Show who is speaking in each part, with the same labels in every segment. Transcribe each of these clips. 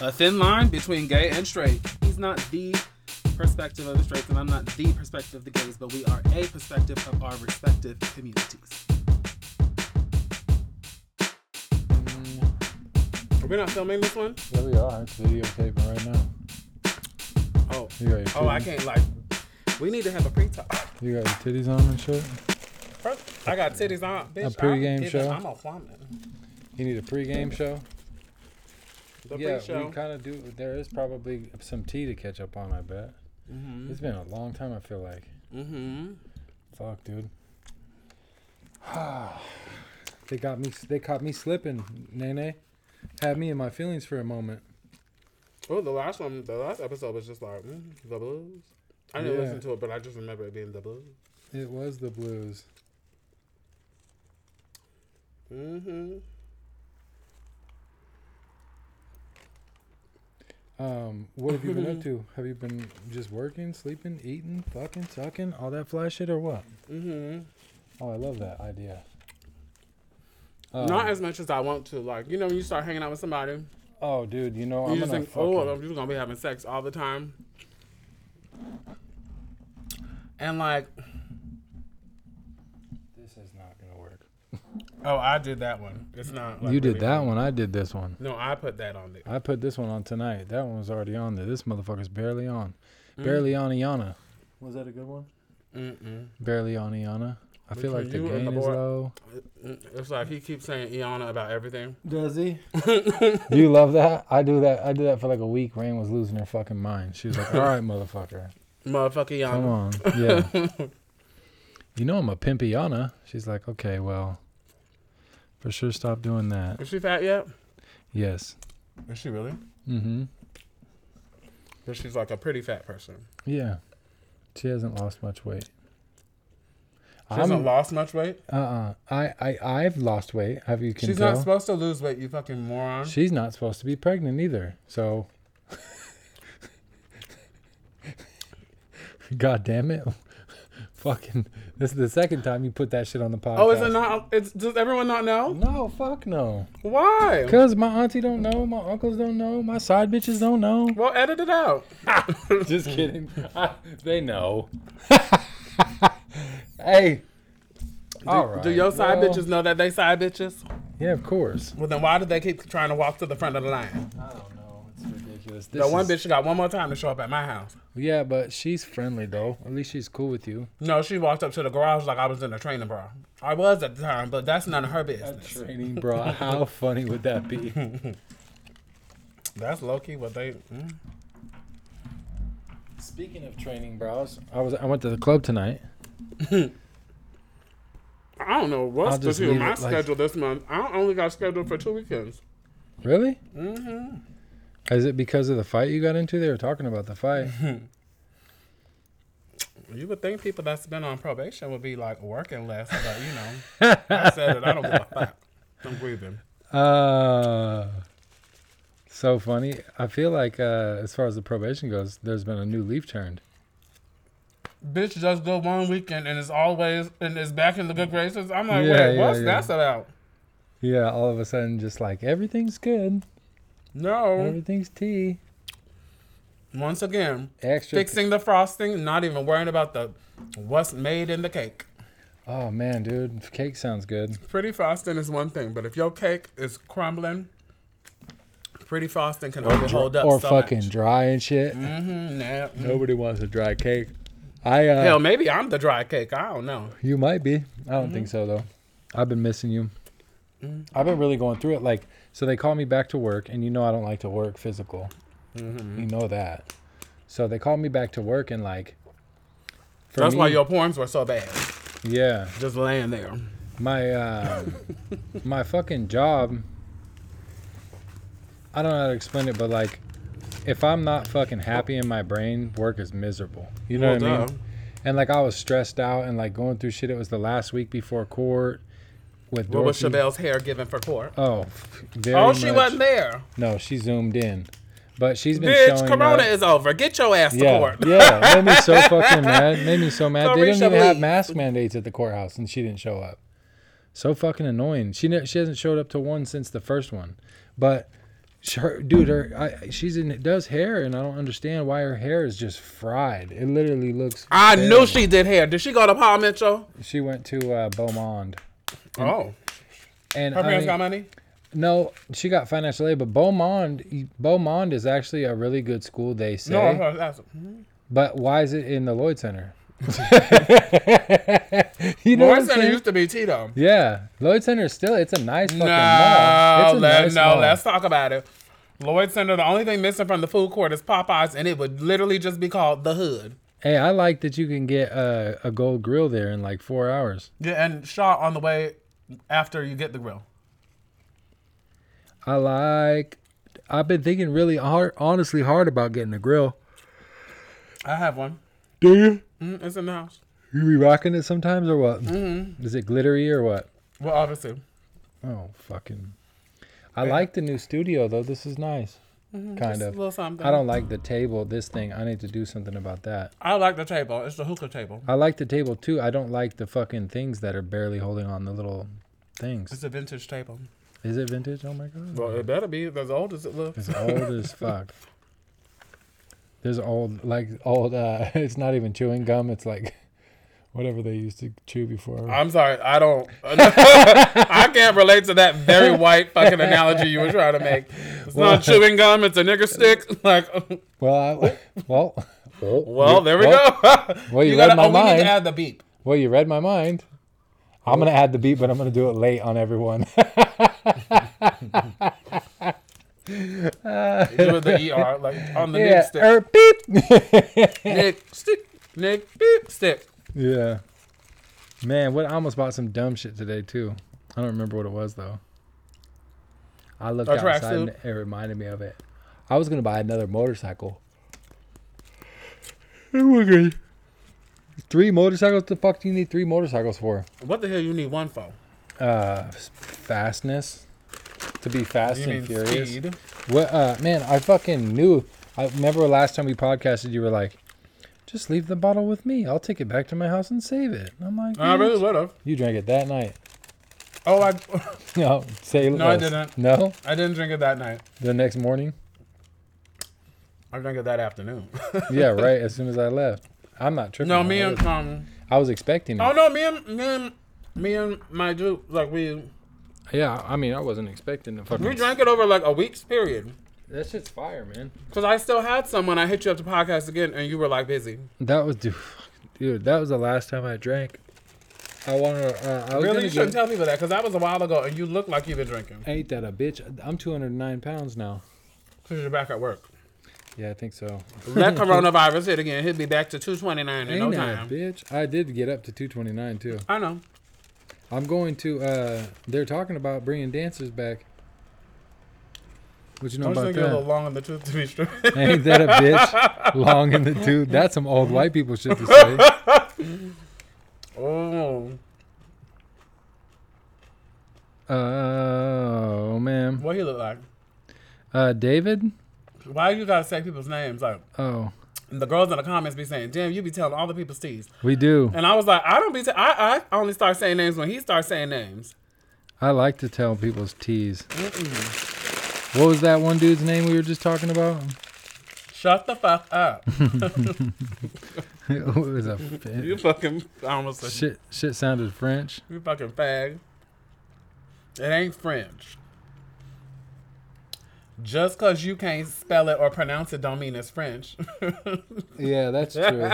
Speaker 1: a thin line between gay and straight. He's not the perspective of the straights, and I'm not the perspective of the gays, but we are a perspective of our respective communities. Mm. Are we not filming this one?
Speaker 2: Yeah, we are. It's videotaping right now.
Speaker 1: Oh,
Speaker 2: You got your titties,
Speaker 1: oh, I can't like. We need to have a pre-talk.
Speaker 2: You got your titties on and shit.
Speaker 1: First, I got titties on. Bitch, I'm
Speaker 2: pregame
Speaker 1: giving-
Speaker 2: show?
Speaker 1: I'm a woman.
Speaker 2: You need a pregame show.
Speaker 1: The
Speaker 2: yeah,
Speaker 1: pre-show.
Speaker 2: we kind of do. There is probably some tea to catch up on. I bet.
Speaker 1: mm-hmm.
Speaker 2: It's been a long time. I feel like.
Speaker 1: Mm-hmm.
Speaker 2: Fuck, dude. they got me. They caught me slipping. Nene had me in my feelings for a moment.
Speaker 1: Oh, the last one, the last episode was just like mm, the blues. I didn't
Speaker 2: Yeah.
Speaker 1: listen to it, but I just remember it being the blues.
Speaker 2: It was the blues.
Speaker 1: Mm-hmm.
Speaker 2: Um, what have you been up to? Have you been just working, sleeping, eating, fucking, sucking, all that fly shit, or what?
Speaker 1: Mm-hmm.
Speaker 2: Oh, I love that idea.
Speaker 1: Not
Speaker 2: Um,
Speaker 1: as much as I want to. Like you know, when you start hanging out with somebody,
Speaker 2: oh, dude, you know
Speaker 1: you
Speaker 2: I'm
Speaker 1: just
Speaker 2: gonna
Speaker 1: think,
Speaker 2: fucking,
Speaker 1: oh, I'm just gonna be having sex all the time. And like,
Speaker 2: This is not gonna work.
Speaker 1: oh, I did that one. It's not. Like,
Speaker 2: you did
Speaker 1: really-
Speaker 2: that one. I did this one.
Speaker 1: No, I put that on there.
Speaker 2: I put this one on tonight. That one was already on there. This motherfucker's barely on.
Speaker 1: Mm.
Speaker 2: Mm, Barely on Iana. Was that a good one?
Speaker 1: Mm-mm.
Speaker 2: Barely on Iana. I feel
Speaker 1: Between
Speaker 2: like the
Speaker 1: you and
Speaker 2: gain
Speaker 1: the
Speaker 2: is
Speaker 1: boy.
Speaker 2: low.
Speaker 1: mm, It's like he keeps saying Iana about everything.
Speaker 2: Does he? do you love that? I do that. I did that for like a week. Rain was losing her fucking mind. She was like, "All right, motherfucker,
Speaker 1: Motherfucker
Speaker 2: come
Speaker 1: Iana.
Speaker 2: on, yeah." you know I'm a pimp Iana. She's like, "Okay, well, for sure, stop doing that."
Speaker 1: Is she fat yet?
Speaker 2: Yes.
Speaker 1: Is she really?
Speaker 2: Mm-hmm.
Speaker 1: But she's like a pretty fat person.
Speaker 2: Yeah. She hasn't lost much weight.
Speaker 1: She hasn't lost much weight.
Speaker 2: Uh-uh. I, I, I've lost weight. Have you can
Speaker 1: She's
Speaker 2: tell?
Speaker 1: not supposed to lose weight, you fucking moron.
Speaker 2: She's not supposed to be pregnant either. So, God damn it! Fucking, this is the second time you put that shit on the podcast.
Speaker 1: oh, is it not? It's does everyone not know?
Speaker 2: No, fuck no.
Speaker 1: Why?
Speaker 2: Cause my auntie don't know, my uncles don't know, my side bitches don't know.
Speaker 1: Well, edit it out.
Speaker 2: Just kidding. they know. hey. All right.
Speaker 1: Do your side
Speaker 2: well,
Speaker 1: bitches know that they side bitches?
Speaker 2: Yeah, of course.
Speaker 1: Well, then why do they keep trying to walk to the front of the line?
Speaker 2: I don't know. It's ridiculous.
Speaker 1: The one bitch got one more time to show up at my house.
Speaker 2: Yeah, but she's friendly though. At least she's cool with you.
Speaker 1: No, she walked up to the garage like I was in a training bra. I was at the time, but that's none of her business.
Speaker 2: Training, bro. How funny would that be?
Speaker 1: That's low key what they. Mm.
Speaker 2: Speaking of training, bros, I was I went to the club tonight.
Speaker 1: I don't know what's
Speaker 2: I'll just
Speaker 1: the deal with
Speaker 2: leave
Speaker 1: my
Speaker 2: it like-
Speaker 1: schedule this month. I only got scheduled for two weekends.
Speaker 2: Really?
Speaker 1: Mm-hmm.
Speaker 2: Is it because of the fight you got into? They were talking about the fight.
Speaker 1: You would think people that's been on probation would be like working less, but you know, I said it. I don't give a fuck. I'm grieving.
Speaker 2: Uh, so funny. I feel like uh, as far as the probation goes, there's been a new leaf turned.
Speaker 1: Bitch, just go one weekend and it's always and it's back in the good graces. I'm like,
Speaker 2: Yeah,
Speaker 1: wait,
Speaker 2: yeah,
Speaker 1: what's
Speaker 2: yeah.
Speaker 1: that about?
Speaker 2: Yeah, all of a sudden, just like everything's good,
Speaker 1: No.
Speaker 2: everything's tea.
Speaker 1: Once again,
Speaker 2: Extra.
Speaker 1: fixing the frosting, not even worrying about the what's made in the cake.
Speaker 2: oh man, dude, cake sounds good.
Speaker 1: Pretty frosting is one thing, but if your cake is crumbling, pretty frosting can only hold up
Speaker 2: or
Speaker 1: so
Speaker 2: fucking dry and shit.
Speaker 1: Mm-hmm, nah, mm.
Speaker 2: Nobody wants a dry cake. I uh,
Speaker 1: Hell, maybe I'm the dry cake. I don't know.
Speaker 2: you might be. I don't
Speaker 1: Mm-hmm.
Speaker 2: think so though. I've been missing you. I've been really going through it. Like, so they call me back to work, and you know I don't like to work physical.
Speaker 1: Mm-hmm.
Speaker 2: You know that. So they called me back to work, and like, for
Speaker 1: That's why
Speaker 2: me-
Speaker 1: your poems were so bad.
Speaker 2: yeah
Speaker 1: Just laying there.
Speaker 2: my uh, my fucking job. I don't know how to explain it, but like, if I'm not fucking happy in my brain, work is miserable. You know
Speaker 1: Well,
Speaker 2: what I mean?
Speaker 1: duh.
Speaker 2: And like I was stressed out and like going through shit. It was the last week before court with
Speaker 1: What was
Speaker 2: Dorothy.
Speaker 1: Chevelle's hair given for court?
Speaker 2: oh, f- very
Speaker 1: oh, she
Speaker 2: much-
Speaker 1: wasn't there.
Speaker 2: No, she zoomed in, but she's been
Speaker 1: Bitch,
Speaker 2: showing
Speaker 1: Corona
Speaker 2: up-
Speaker 1: is over. Get your ass
Speaker 2: yeah,
Speaker 1: to court.
Speaker 2: yeah, made me so fucking mad. Made me so mad.
Speaker 1: Sorry,
Speaker 2: they didn't even have
Speaker 1: Shabli.
Speaker 2: mask mandates at the courthouse, and she didn't show up. So fucking annoying. She ne- she hasn't showed up to one since the first one, but Sh- her, dude, her I, she's in does hair, and I don't understand why her hair is just fried. It literally looks.
Speaker 1: I knew
Speaker 2: terrible.
Speaker 1: she did hair. Did she go to Paul Mitchell?
Speaker 2: She went to uh, Beaumont,
Speaker 1: Oh,
Speaker 2: and
Speaker 1: her
Speaker 2: I
Speaker 1: parents
Speaker 2: mean-
Speaker 1: got money.
Speaker 2: No, she got financial aid, but Beaumont Beaumont is actually a really good school. They say,
Speaker 1: No, her- that's
Speaker 2: but why is it in the Lloyd Center? you know what
Speaker 1: Boy
Speaker 2: I'm
Speaker 1: Center
Speaker 2: saying?
Speaker 1: used to be Tito.
Speaker 2: Yeah, Lloyd Center is still it's a nice fucking
Speaker 1: No,
Speaker 2: mall. It's a
Speaker 1: let,
Speaker 2: nice
Speaker 1: no,
Speaker 2: mall.
Speaker 1: let's talk about it. Lloyd Center. The only thing missing from the food court is Popeyes, and it would literally just be called the Hood.
Speaker 2: Hey, I like that you can get uh, a gold grill there in like four hours.
Speaker 1: Yeah, and Shaw on the way after you get the grill.
Speaker 2: I like. I've been thinking really hard, honestly hard about getting a grill.
Speaker 1: I have one.
Speaker 2: Do you?
Speaker 1: Mm, it's in the house.
Speaker 2: You be rocking it sometimes or what?
Speaker 1: Mm-hmm.
Speaker 2: Is it glittery or what?
Speaker 1: Well, obviously.
Speaker 2: Oh fucking! I like the new studio though. This is nice, kind
Speaker 1: Mm-hmm. Just a
Speaker 2: of.
Speaker 1: little something.
Speaker 2: I don't like the table. This thing. I need to do something about that.
Speaker 1: I like the table. It's the hookah table.
Speaker 2: I like the table too. I don't like the fucking things that are barely holding on the little
Speaker 1: It's
Speaker 2: things.
Speaker 1: a vintage table.
Speaker 2: Is it vintage? Oh my god!
Speaker 1: Well, it better be as old as it looks.
Speaker 2: It's old as fuck. There's old like old. uh It's not even chewing gum. It's like whatever they used to chew before.
Speaker 1: I'm sorry, I don't. I can't relate to that very white fucking analogy you were trying to make. It's
Speaker 2: Well-
Speaker 1: not chewing gum. It's a nigger stick. Like,
Speaker 2: Well, I, well, well,
Speaker 1: well, there we
Speaker 2: well,
Speaker 1: go.
Speaker 2: Well, you,
Speaker 1: you gotta.
Speaker 2: read my
Speaker 1: Oh, we need
Speaker 2: mind.
Speaker 1: to add the beep.
Speaker 2: Well, you read my mind. I'm gonna add the beat, but I'm gonna do it late on everyone.
Speaker 1: You do the er like on the
Speaker 2: yeah,
Speaker 1: nick stick.
Speaker 2: er, beep.
Speaker 1: nick stick. Nick beep stick.
Speaker 2: yeah, man, what? I almost bought some dumb shit today too. I don't remember what it was though. I looked
Speaker 1: A
Speaker 2: outside and
Speaker 1: tracksuit?
Speaker 2: it reminded me of it. I was gonna buy another motorcycle. Three motorcycles? The fuck do you need three motorcycles for?
Speaker 1: What the hell you need one for?
Speaker 2: Uh, s- fastness. To be fast
Speaker 1: You
Speaker 2: and
Speaker 1: mean
Speaker 2: furious.
Speaker 1: speed?
Speaker 2: What uh man, I fucking knew I remember last time we podcasted you were like, just leave the bottle with me. I'll take it back to my house and save it. And I'm like,
Speaker 1: I Ah, really
Speaker 2: "Bitch."
Speaker 1: would have.
Speaker 2: you drank it that night.
Speaker 1: Oh, I,
Speaker 2: No, say
Speaker 1: No, I
Speaker 2: less.
Speaker 1: didn't.
Speaker 2: No?
Speaker 1: I didn't drink it that night.
Speaker 2: The next morning?
Speaker 1: I drank it that afternoon.
Speaker 2: yeah, right, as soon as I left. I'm not tripping.
Speaker 1: no,
Speaker 2: on
Speaker 1: me
Speaker 2: it.
Speaker 1: and um.
Speaker 2: I was expecting it.
Speaker 1: Oh no, me and me and me and my dude, like we
Speaker 2: Yeah, I mean I wasn't expecting the fucking
Speaker 1: we drank it over like a week's period.
Speaker 2: That shit's fire, man.
Speaker 1: Cause I still had some when I hit you up to podcast again, and you were like busy.
Speaker 2: That was dude, dude that was the last time I drank. I wanna uh, I was
Speaker 1: Really,
Speaker 2: gonna
Speaker 1: you shouldn't
Speaker 2: get-
Speaker 1: tell people that, cause that was a while ago, and you look like you've been drinking.
Speaker 2: I ate that a bitch. I'm 209 pounds now.
Speaker 1: Cause you're back at work.
Speaker 2: Yeah, I think so.
Speaker 1: Let coronavirus hit again, he'll be back to 229 in no
Speaker 2: Ain't I,
Speaker 1: time.
Speaker 2: bitch? I did get up to 229 too.
Speaker 1: I know.
Speaker 2: I'm going to. uh They're talking about bringing dancers back. What you know
Speaker 1: I'm just
Speaker 2: about
Speaker 1: thinking a little
Speaker 2: that?
Speaker 1: long in the tooth to be straight.
Speaker 2: Ain't that a bitch? Long in the tooth. That's some old white people shit to say.
Speaker 1: oh,
Speaker 2: Oh man,
Speaker 1: what he look like?
Speaker 2: uh, David.
Speaker 1: Why you gotta say people's names? Like
Speaker 2: Oh,
Speaker 1: the girls in the comments be saying, "Damn, you be telling all the people Steve's."
Speaker 2: we do.
Speaker 1: And I was like, I don't be. T- I I only start saying names when he starts saying names.
Speaker 2: I like to tell people's teas. What was that one dude's name we were just talking about?
Speaker 1: Shut the fuck up.
Speaker 2: it was a it-
Speaker 1: you fucking. I almost said
Speaker 2: shit. Shit sounded French.
Speaker 1: you fucking fag. It ain't French. Just cause you can't spell it or pronounce it, don't mean it's French.
Speaker 2: Yeah, that's true.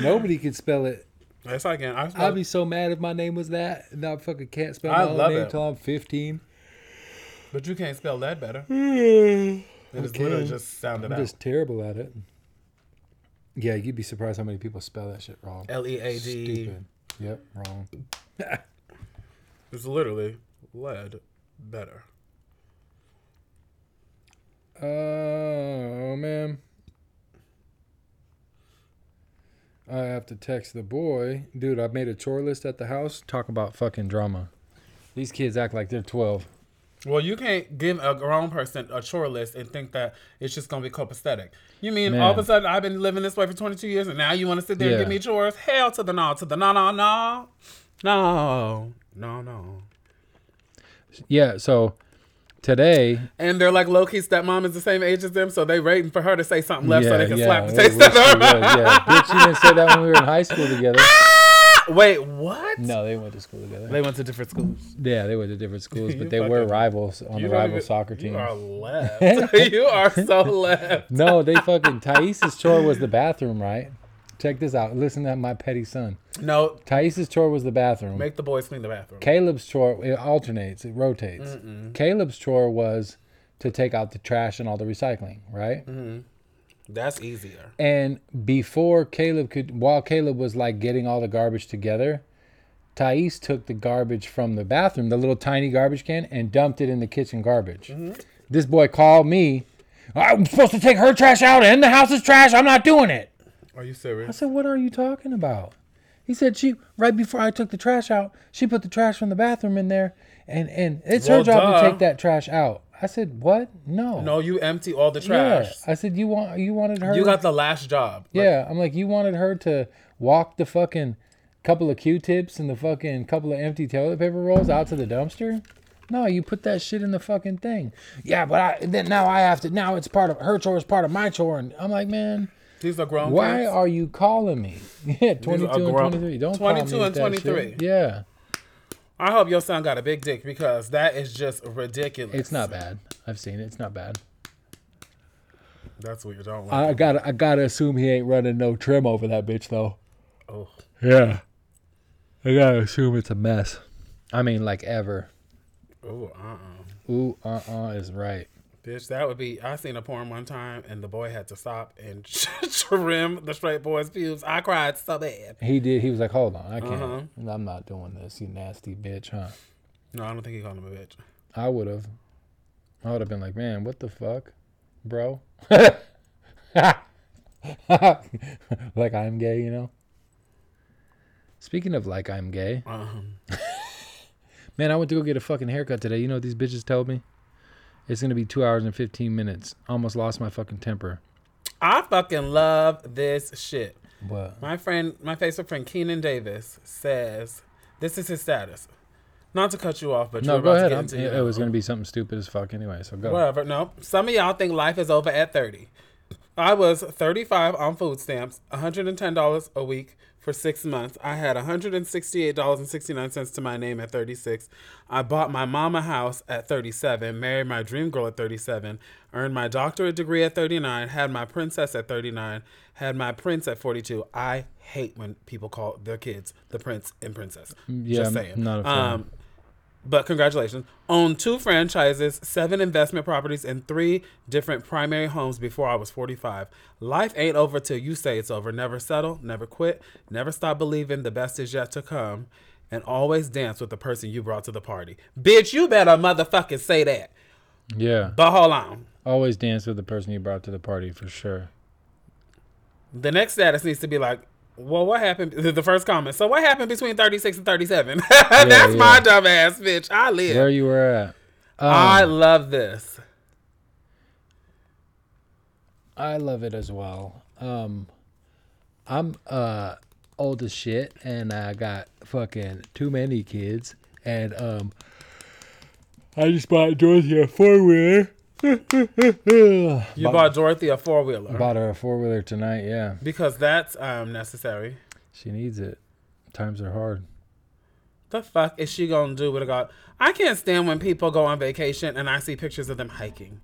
Speaker 2: Nobody could spell it
Speaker 1: That's like an. I, spell,
Speaker 2: I'd be so mad if my name was that, and I fucking can't spell
Speaker 1: I
Speaker 2: my own
Speaker 1: love
Speaker 2: name
Speaker 1: it.
Speaker 2: till I'm 15.
Speaker 1: but you can't spell that better. It is
Speaker 2: Hmm. Okay.
Speaker 1: literally just sounded
Speaker 2: I'm
Speaker 1: out.
Speaker 2: just terrible at it. Yeah, you'd be surprised how many people spell that shit wrong.
Speaker 1: L e a d.
Speaker 2: Stupid. Yep, wrong.
Speaker 1: It's literally lead better.
Speaker 2: Oh man. I have to text the boy, dude. I made a chore list at the house. Talk about fucking drama. These kids act like they're 12.
Speaker 1: Well, you can't give a grown person a chore list and think that it's just gonna be copacetic. You mean all of a
Speaker 2: Man.
Speaker 1: sudden I've been living this way for 22 years and now you want to sit there and
Speaker 2: Yeah.
Speaker 1: give me chores? Hell to the no, to the no, no, no, no, no, no.
Speaker 2: Yeah, so today,
Speaker 1: And they're like low key stepmom is the same age as them, so they waiting for her to say something left so they can slap the
Speaker 2: they
Speaker 1: taste
Speaker 2: wish
Speaker 1: out
Speaker 2: she
Speaker 1: of
Speaker 2: was,
Speaker 1: her.
Speaker 2: yeah. Bitch, you didn't say that when we were in high school together.
Speaker 1: Wait, what?
Speaker 2: No, they went to school together.
Speaker 1: They went to different schools.
Speaker 2: yeah, they went to different schools,
Speaker 1: You
Speaker 2: but they were
Speaker 1: fucking-
Speaker 2: rivals on the
Speaker 1: don't
Speaker 2: rival
Speaker 1: even-
Speaker 2: soccer team.
Speaker 1: You are left. you are so left.
Speaker 2: No, they fucking Tais's chore was the bathroom, right? Check this out. Listen to my petty son.
Speaker 1: No,
Speaker 2: Tais's chore was the bathroom.
Speaker 1: make the boys clean the bathroom.
Speaker 2: Caleb's chore it alternates, it rotates. Caleb's chore was to take out the trash and all the recycling, right?
Speaker 1: That's easier.
Speaker 2: And before Caleb could, while Caleb was like getting all the garbage together, Thais took the garbage from the bathroom, the little tiny garbage can, and dumped it in the kitchen garbage.
Speaker 1: Mm-hmm.
Speaker 2: This boy called me. I'm supposed to take her trash out and the house is trash. I'm not doing it.
Speaker 1: Are you
Speaker 2: I
Speaker 1: serious?
Speaker 2: said, What are you talking about? He said, She, right before I took the trash out, she put the trash from the bathroom in there, and, and it's her
Speaker 1: Well,
Speaker 2: job to
Speaker 1: duh.
Speaker 2: take that trash out. I said, What? No.
Speaker 1: No, you empty all the
Speaker 2: Yeah.
Speaker 1: trash.
Speaker 2: I said, You want you wanted her
Speaker 1: You got the last job. Like,
Speaker 2: yeah, I'm like, you wanted her to walk the fucking couple of Q-tips and the fucking couple of empty toilet paper rolls out to the dumpster? No, you put that shit in the fucking thing. Yeah, but I then now I have to now it's part of her chore is part of my chore and I'm like, man,
Speaker 1: These are grown
Speaker 2: why
Speaker 1: kids.
Speaker 2: are you calling me? Yeah, 22 and
Speaker 1: grown-
Speaker 2: 23. Don't
Speaker 1: 22
Speaker 2: call
Speaker 1: and
Speaker 2: me with that shit.
Speaker 1: 23.
Speaker 2: Yeah,
Speaker 1: I hope your son got a big dick because that is just ridiculous.
Speaker 2: it's not bad. I've seen it. It's not bad.
Speaker 1: That's weird. I don't like.
Speaker 2: I got to I got to assume he ain't running no trim over that bitch though.
Speaker 1: oh,
Speaker 2: Yeah. I got to assume it's a mess. I mean like ever.
Speaker 1: oh, uh, uh
Speaker 2: Ooh, uh, uh is right.
Speaker 1: bitch. That would be. I seen a porn one time, and the boy had to stop and trim the straight boy's pubes. I cried so bad.
Speaker 2: He did. He was like, "Hold on, I can't.
Speaker 1: Uh-huh.
Speaker 2: I'm not doing this. You nasty bitch, huh?"
Speaker 1: No, I don't think he called him a bitch.
Speaker 2: I would have. I would have been like, "Man, what the fuck, bro?" like I'm gay, you know. Speaking of like I'm gay,
Speaker 1: Um,
Speaker 2: man, I went to go get a fucking haircut today. You know what these bitches told me? It's gonna be two hours and fifteen minutes. Almost lost my fucking temper.
Speaker 1: I fucking love this shit.
Speaker 2: What?
Speaker 1: My friend, my Facebook friend Keenan Davis says, "This is his status." Not to cut you off, but
Speaker 2: No,
Speaker 1: you're
Speaker 2: go
Speaker 1: about
Speaker 2: ahead.
Speaker 1: to
Speaker 2: I'm-
Speaker 1: get into
Speaker 2: It,
Speaker 1: your-
Speaker 2: it was gonna be something stupid as fuck anyway. So go.
Speaker 1: Whatever. No, some of y'all think life is over at 30. I was 35 on food stamps, $110 a week for six months. I had $168.69 to my name at 36. I bought my mama house at 37, married my dream girl at 37, earned my doctorate degree at 39, had my princess at 39, had my prince at 42. I hate when people call their kids the prince and princess.
Speaker 2: Yeah,
Speaker 1: Just
Speaker 2: I'm
Speaker 1: saying.
Speaker 2: not a fan.
Speaker 1: Um, but congratulations. Owned two franchises, seven investment properties, and three different primary homes before I was 45. Life ain't over till you say it's over. Never settle, never quit, never stop believing the best is yet to come, and always dance with the person you brought to the party. Bitch, you better motherfucking say that.
Speaker 2: Yeah.
Speaker 1: But hold on.
Speaker 2: Always dance with the person you brought to the party for sure.
Speaker 1: The next status needs to be like, well, what happened? The first comment. So, what happened between 36 and 37? That's
Speaker 2: yeah.
Speaker 1: my dumb ass, bitch. I live.
Speaker 2: Where you were at.
Speaker 1: I
Speaker 2: Um,
Speaker 1: love this.
Speaker 2: I love it as well. Um, I'm uh old as shit, and I got fucking too many kids, and um, I just bought Dorothy a four wheeler.
Speaker 1: You bought Dorothy a four wheeler.
Speaker 2: Bought her a four wheeler tonight. Yeah,
Speaker 1: Because that's um, necessary.
Speaker 2: she needs it. Times are hard.
Speaker 1: The fuck is she gonna do with a god? I can't stand when people go on vacation and I see pictures of them hiking.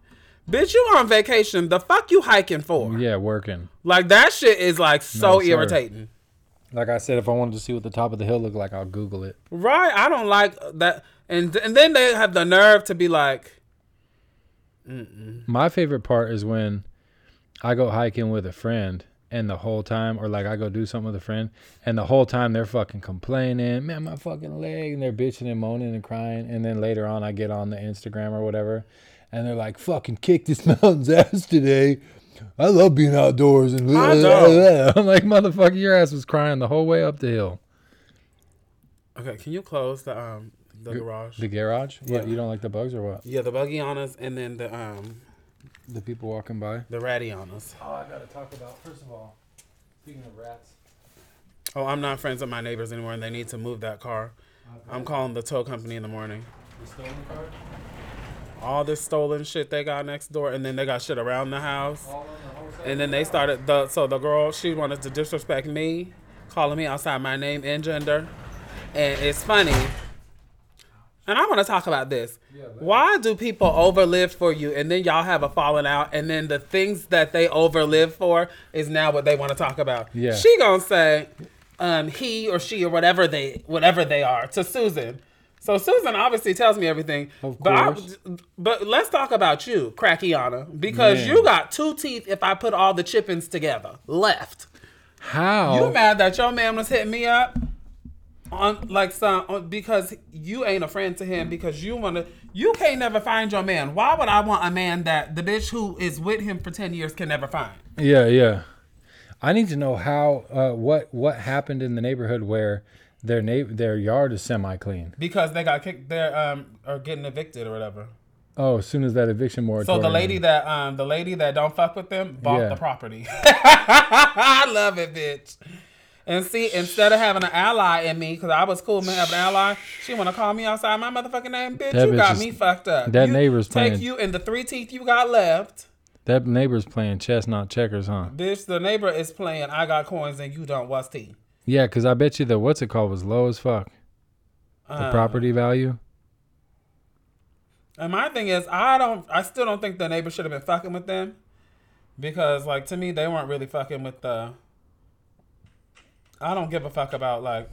Speaker 1: Bitch, you on vacation. The fuck you hiking for?
Speaker 2: Yeah, working.
Speaker 1: Like that shit is like so
Speaker 2: No, sir.
Speaker 1: irritating.
Speaker 2: Like I said, if I wanted to see what the top of the hill looked like, I'll Google it.
Speaker 1: Right? I don't like that. And and then they have the nerve to be like,
Speaker 2: My favorite part is when I go hiking with a friend and the whole time or like I go do something with a friend and the whole time they're fucking complaining, man, my fucking leg and they're bitching and moaning and crying and then later on I get on the Instagram or whatever and they're like fucking kick this mountain's ass today. I love being outdoors and
Speaker 1: I don't.
Speaker 2: I'm like motherfucker your ass was crying the whole way up the hill.
Speaker 1: okay, can you close the um the garage?
Speaker 2: The garage? What
Speaker 1: Yeah.
Speaker 2: you don't like the bugs or what?
Speaker 1: yeah, the buggianas and then the um
Speaker 2: The people walking by?
Speaker 1: the radianas.
Speaker 2: Oh, I got to talk about first of all, speaking of rats.
Speaker 1: Oh, I'm not friends with my neighbors anymore, and they need to move that car. I'm calling the tow company in the morning.
Speaker 2: You still in the car?
Speaker 1: all this stolen shit they got next door, and then they got shit around the house. And then they started the so the girl she wanted to disrespect me, calling me outside my name and gender, and it's funny. And I want to talk about this. Why do people overlive for you, and then y'all have a falling out, and then the things that they overlive for is now what they want to talk about?
Speaker 2: Yeah.
Speaker 1: she gonna say um, he or she or whatever they whatever they are to Susan. So Susan obviously tells me everything.
Speaker 2: Of course.
Speaker 1: But, I, but let's talk about you, Crackiana, because
Speaker 2: Man.
Speaker 1: you got two teeth. If I put all the chippings together, left.
Speaker 2: How?
Speaker 1: You mad that your man was hitting me up on like some on, because you ain't a friend to him because you wanna you can't never find your man. Why would I want a man that the bitch who is with him for ten years can never find?
Speaker 2: Yeah, yeah. I need to know how uh, what what happened in the neighborhood where their na- their yard is semi clean.
Speaker 1: Because they got kicked there um or getting evicted or whatever.
Speaker 2: Oh, as soon as that eviction
Speaker 1: So
Speaker 2: moratorium.
Speaker 1: the lady that um the lady that don't fuck with them bought
Speaker 2: Yeah.
Speaker 1: the property. I love it, bitch. And see, instead of having an ally in me, because I was cool man, have an ally, she want to call me outside my motherfucking name, bitch.
Speaker 2: That
Speaker 1: you
Speaker 2: bitch
Speaker 1: got
Speaker 2: is-
Speaker 1: me fucked up.
Speaker 2: that
Speaker 1: You
Speaker 2: neighbor's
Speaker 1: take
Speaker 2: playing-
Speaker 1: you and the three teeth you got left,
Speaker 2: that neighbor's playing chess, not checkers, huh?
Speaker 1: bitch. The neighbor is playing. I got coins and you don't. What's tea?
Speaker 2: Yeah, because I bet you the what's it called was low as fuck. The
Speaker 1: Uh,
Speaker 2: property value.
Speaker 1: And my thing is, I don't, I still don't think the neighbor should have been fucking with them, because like to me, they weren't really fucking with the. I don't give a fuck about like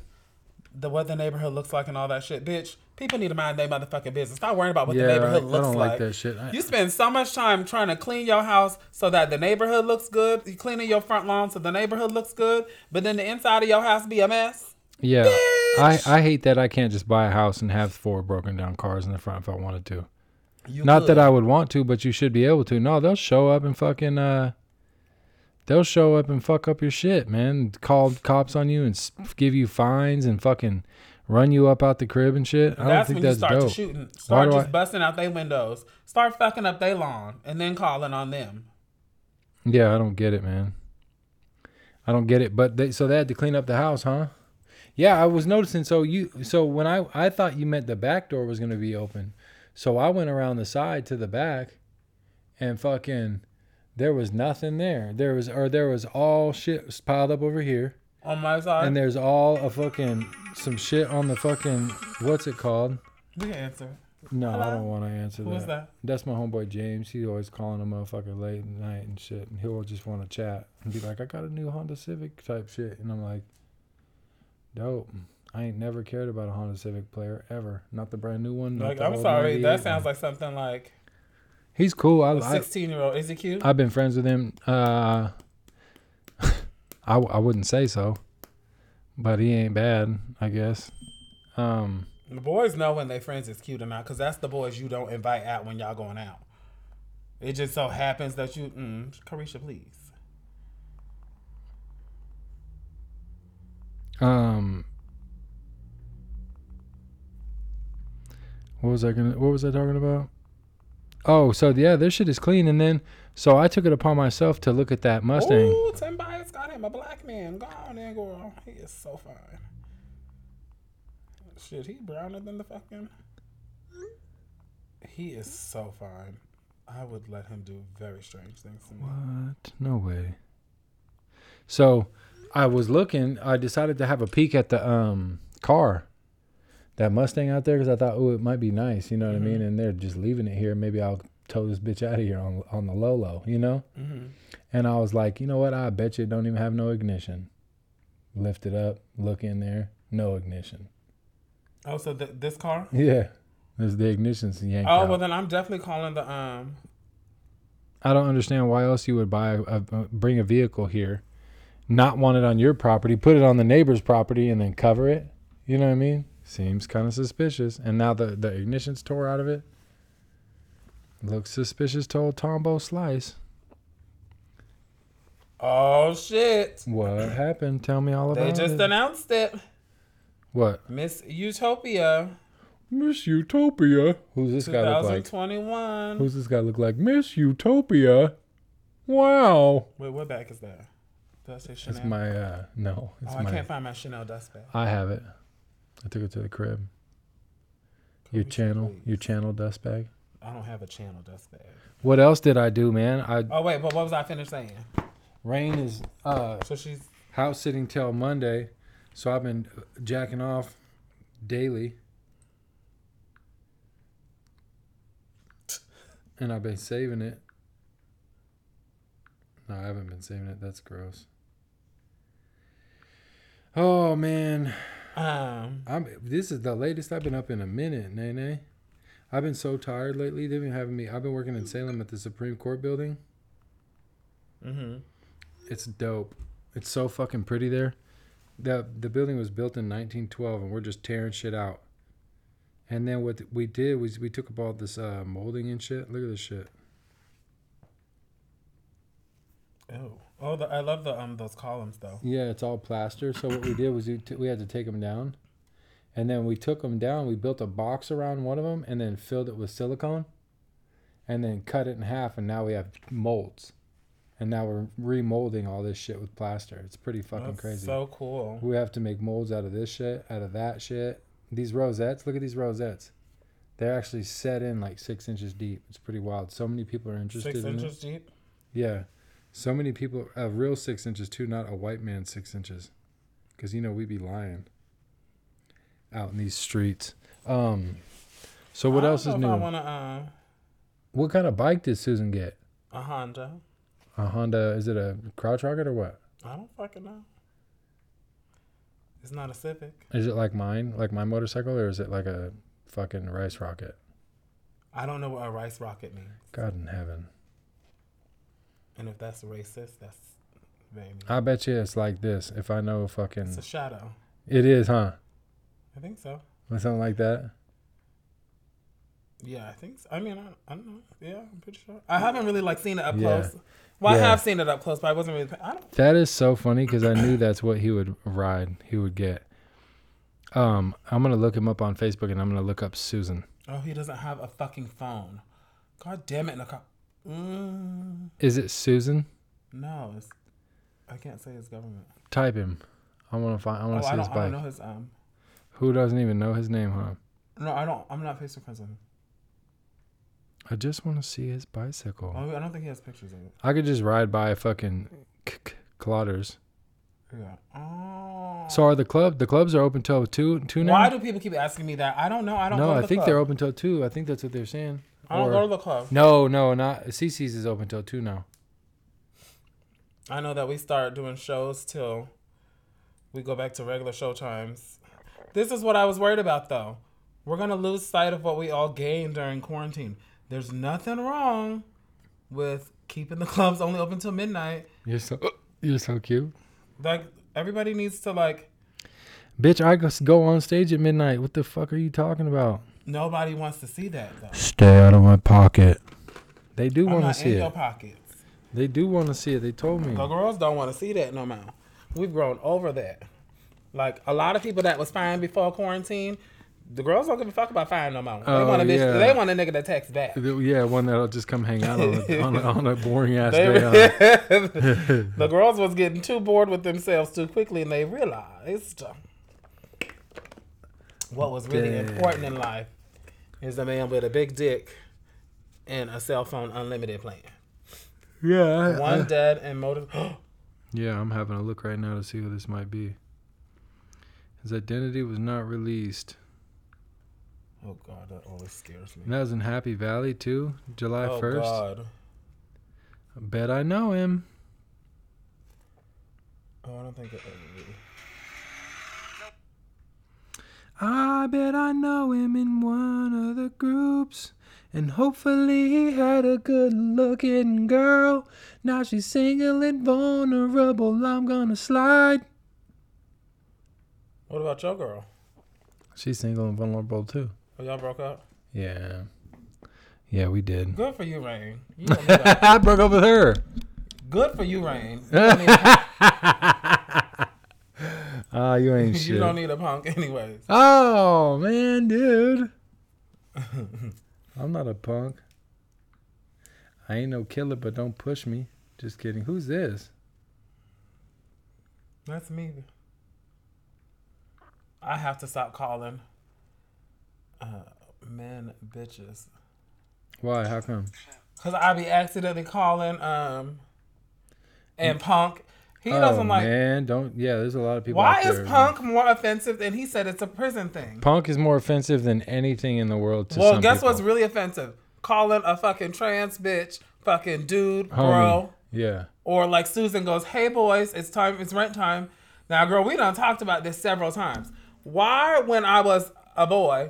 Speaker 1: the what the neighborhood looks like and all that shit, bitch. People need to mind their motherfucking business. Stop worrying about what
Speaker 2: Yeah,
Speaker 1: the neighborhood
Speaker 2: right. I
Speaker 1: looks
Speaker 2: don't like
Speaker 1: like.
Speaker 2: that shit. I-
Speaker 1: you spend so much time trying to clean your house so that the neighborhood looks good. You cleaning your front lawn so the neighborhood looks good, but then the inside of your house be a mess.
Speaker 2: Yeah, I, I hate that I can't just buy a house and have four broken down cars in the front if I wanted to.
Speaker 1: You
Speaker 2: Not
Speaker 1: could.
Speaker 2: that I would want to, but you should be able to. No, they'll show up and fucking uh, they'll show up and fuck up your shit, man. Call cops on you and s- give you fines and fucking run you up out the crib and shit. I don't
Speaker 1: That's
Speaker 2: think
Speaker 1: when
Speaker 2: that's
Speaker 1: you start to
Speaker 2: dope.
Speaker 1: shooting. Start
Speaker 2: do
Speaker 1: just
Speaker 2: I-
Speaker 1: busting out their windows. Start fucking up their lawn and then calling on them.
Speaker 2: Yeah, I don't get it, man. I don't get it. But they so they had to clean up the house, huh? Yeah, I was noticing. So you, so when I, I thought you meant the back door was gonna be open, so I went around the side to the back, and fucking, there was nothing there. There was, or there was all shit piled up over here,
Speaker 1: On my side.
Speaker 2: and there's all a fucking some shit on the fucking what's it called?
Speaker 1: we can answer.
Speaker 2: No, I don't want to answer
Speaker 1: Who
Speaker 2: that.
Speaker 1: is that?
Speaker 2: That's my homeboy James. He's always calling a motherfucker late at night and shit. And he'll just want to chat and be like, I got a new Honda Civic type shit. And I'm like, dope. I ain't never cared about a Honda Civic player ever. Not the brand new one. Not
Speaker 1: Like
Speaker 2: the
Speaker 1: I'm
Speaker 2: old
Speaker 1: sorry.
Speaker 2: 98
Speaker 1: That
Speaker 2: one.
Speaker 1: sounds like something like
Speaker 2: He's cool. I,
Speaker 1: a
Speaker 2: I,
Speaker 1: 16 year old. Is he cute?
Speaker 2: I've been friends with him. Uh, I, w- I wouldn't say so, but he ain't bad, I guess. Um,
Speaker 1: The boys know when their friends is cute or not, because that's the boys you don't invite out when y'all going out. It just so happens that you, mm, Carisha, please.
Speaker 2: Um, what was I gonna? What was I talking about? Oh, so yeah, this shit is clean. And then, so I took it upon myself to look at that Mustang.
Speaker 1: Ooh, Tim Bias got him a black man. Go on in, girl. He is so fine. Shit, he browner than the fucking. He is so fine. I would let him do very strange things to me.
Speaker 2: What? No way. So, I was looking. I decided to have a peek at the um car, that Mustang out there, because I thought, oh, it might be nice. You know what I mean? And they're just leaving it here. Maybe I'll tow this bitch out of here on on the low low. You know? And I was like, you know what? I bet you it don't even have no ignition. Lift it up, look in there, no ignition.
Speaker 1: Oh, so th- this car?
Speaker 2: Yeah, there's the ignition's yanked
Speaker 1: Oh,
Speaker 2: out.
Speaker 1: well, then I'm definitely calling the. um.
Speaker 2: I don't understand why else you would buy a, a, bring a vehicle here, not want it on your property, put it on the neighbor's property, and then cover it. You know what I mean? Seems kind of suspicious. And now the the ignition's tore out of it. Looks suspicious to old Tombo Slice.
Speaker 1: Oh, shit.
Speaker 2: What happened? Tell me all
Speaker 1: They
Speaker 2: about
Speaker 1: just
Speaker 2: it.
Speaker 1: announced it.
Speaker 2: what?
Speaker 1: Miss Utopia
Speaker 2: Miss Utopia. Who's this guy look like?
Speaker 1: 2021.
Speaker 2: Who's this guy look like? Miss Utopia. Wow.
Speaker 1: Wait, what back is that? Did I say Chanel?
Speaker 2: It's my uh no. It's
Speaker 1: oh, I
Speaker 2: my.
Speaker 1: can't find my Chanel dust bag.
Speaker 2: I have it. I took it to the crib. Your
Speaker 1: Kobe
Speaker 2: channel,
Speaker 1: Bryant.
Speaker 2: your channel dust bag.
Speaker 1: I don't have a channel. That's bad.
Speaker 2: What else did I do, man? I
Speaker 1: Oh wait, but what was I finished saying?
Speaker 2: rain is uh
Speaker 1: So she's
Speaker 2: house sitting till Monday, so I've been jacking off daily. And I've been saving it. No, I haven't been saving it. That's gross. Oh man,
Speaker 1: um.
Speaker 2: I'm this is the latest I've been up in a minute, Nene. I've been so tired lately. They've been having me. I've been working in Salem at the Supreme Court building.
Speaker 1: Mm-hmm.
Speaker 2: It's dope. It's so fucking pretty there. The the building was built in 1912 and we're just tearing shit out. And then what we did was we took up all this uh, molding and shit. Look at this shit.
Speaker 1: Oh. Oh, the, I love the um those columns though.
Speaker 2: Yeah, it's all plaster. So what we did was we, t- we had to take them down. And then we took them down. We built a box around one of them and then filled it with silicone and then cut it in half. And now we have molds. And now we're remolding all this shit with plaster. It's pretty fucking
Speaker 1: That's
Speaker 2: crazy.
Speaker 1: So cool.
Speaker 2: We have to make molds out of this shit, out of that shit. These rosettes, look at these rosettes. They're actually set in like six inches deep. It's pretty wild. So many people are interested
Speaker 1: Six
Speaker 2: in it.
Speaker 1: inches deep.
Speaker 2: Yeah. So many people, a real six inches too, not a white man six inches. Because, you know, we be lying out in these streets. Um, so what
Speaker 1: I don't
Speaker 2: else
Speaker 1: know
Speaker 2: is
Speaker 1: if
Speaker 2: new?
Speaker 1: I want to um
Speaker 2: what kind of bike did Susan get?
Speaker 1: uh, a Honda.
Speaker 2: A Honda, is it a crotch rocket or what?
Speaker 1: I don't fucking know. It's not a Civic.
Speaker 2: Is it like mine, like my motorcycle, or is it like a fucking rice rocket?
Speaker 1: I don't know what a rice rocket means.
Speaker 2: God in heaven.
Speaker 1: And if that's racist, that's very mean.
Speaker 2: I bet you it's like this. If I know
Speaker 1: It's
Speaker 2: fucking,
Speaker 1: a shadow.
Speaker 2: it is, huh?
Speaker 1: I think so.
Speaker 2: Or Something like that.
Speaker 1: Yeah, I think so. I mean, I, I don't know. Yeah, I'm pretty sure. I haven't really like seen it up
Speaker 2: Yeah.
Speaker 1: close. Well,
Speaker 2: Yeah.
Speaker 1: I have seen it up close, but I wasn't really. I don't.
Speaker 2: That is so funny because I knew that's what he would ride. He would get. Um, I'm gonna look him up on Facebook and I'm gonna look up Susan.
Speaker 1: Oh, he doesn't have a fucking phone. God damn it, Nicole. Mm,
Speaker 2: Is it Susan?
Speaker 1: no, it's, I can't say his government.
Speaker 2: Type him. I wanna find. I
Speaker 1: Oh,
Speaker 2: wanna see
Speaker 1: I
Speaker 2: his
Speaker 1: don't. I don't
Speaker 2: bike.
Speaker 1: know his um.
Speaker 2: Who doesn't even know his name, huh?
Speaker 1: No, I don't. I'm not Facebook friends with him.
Speaker 2: I just wanna see his bicycle.
Speaker 1: Oh, I don't think he has pictures of it.
Speaker 2: I could just ride by fucking c- c- clotters.
Speaker 1: Yeah. Oh.
Speaker 2: So are the club? The clubs are open till two two now.
Speaker 1: Why do people keep asking me that? I don't know. I don't.
Speaker 2: no,
Speaker 1: go to
Speaker 2: I
Speaker 1: the
Speaker 2: think
Speaker 1: club.
Speaker 2: they're open till two. I think that's what they're saying.
Speaker 1: I don't
Speaker 2: Or-
Speaker 1: go to the club.
Speaker 2: No, no, not CC's is open till two now.
Speaker 1: I know that we start doing shows till we go back to regular show times. This is what I was worried about, though. We're gonna lose sight of what we all gained during quarantine. There's nothing wrong with keeping the clubs only open till midnight.
Speaker 2: You're so you're so cute,
Speaker 1: Like everybody needs to like.
Speaker 2: bitch. I go go on stage at midnight. What the fuck are you talking about?
Speaker 1: Nobody wants to see that though.
Speaker 2: Stay out of my pocket. They do
Speaker 1: I'm
Speaker 2: want to
Speaker 1: not
Speaker 2: see
Speaker 1: in
Speaker 2: it.
Speaker 1: your pockets.
Speaker 2: They do want to see it. They told me.
Speaker 1: The girls don't want to see that no more. We've grown over that. Like a lot of people that was fine before quarantine, the girls don't give a fuck about fine no more. they
Speaker 2: Oh,
Speaker 1: want a bitch,
Speaker 2: yeah.
Speaker 1: they want a nigga that text back.
Speaker 2: Th- Yeah, one that'll just come hang out on a, on a, on a boring ass
Speaker 1: They-
Speaker 2: day. out.
Speaker 1: the girls was getting too bored with themselves too quickly, and they realized what was really
Speaker 2: Dang.
Speaker 1: important in life is a man with a big dick and a cell phone unlimited plan.
Speaker 2: Yeah, I-
Speaker 1: One dead and motive.
Speaker 2: Yeah, I'm having a look right now to see who this might be. His identity was not released.
Speaker 1: Oh God, that always scares me.
Speaker 2: And that was in Happy Valley too, July
Speaker 1: Oh
Speaker 2: 1st.
Speaker 1: God.
Speaker 2: I bet I know him.
Speaker 1: Oh, I don't think it.
Speaker 2: I bet I know him in one of the groups. And hopefully he had a good looking girl. Now she's single and vulnerable. I'm gonna slide.
Speaker 1: What about your girl?
Speaker 2: She's single and vulnerable too.
Speaker 1: Oh, y'all broke up?
Speaker 2: Yeah. Yeah, we did.
Speaker 1: Good for you, Rain. You don't need a-
Speaker 2: I broke up with her.
Speaker 1: good for you, Rain. You don't need a,
Speaker 2: Ah, you ain't shit.
Speaker 1: you don't need a punk, anyways.
Speaker 2: Oh man, dude. I'm not a punk. I ain't no killer, but don't push me. Just kidding. Who's this?
Speaker 1: That's me. I have to stop calling uh, men bitches.
Speaker 2: Why? How come?
Speaker 1: Cause I be accidentally calling um and Punk. He doesn't like
Speaker 2: Oh, man, don't. Yeah, there's a lot of people.
Speaker 1: why
Speaker 2: out
Speaker 1: is
Speaker 2: there.
Speaker 1: Punk more offensive than he said it's a prison thing?
Speaker 2: Punk is more offensive than anything in the world to
Speaker 1: well,
Speaker 2: some
Speaker 1: guess
Speaker 2: people.
Speaker 1: what's really offensive? Calling a fucking trans bitch, fucking dude,
Speaker 2: Homie.
Speaker 1: bro.
Speaker 2: Yeah.
Speaker 1: Or like Susan goes, Hey boys, it's time it's rent time. Now girl, we done talked about this several times. Why when I was a boy,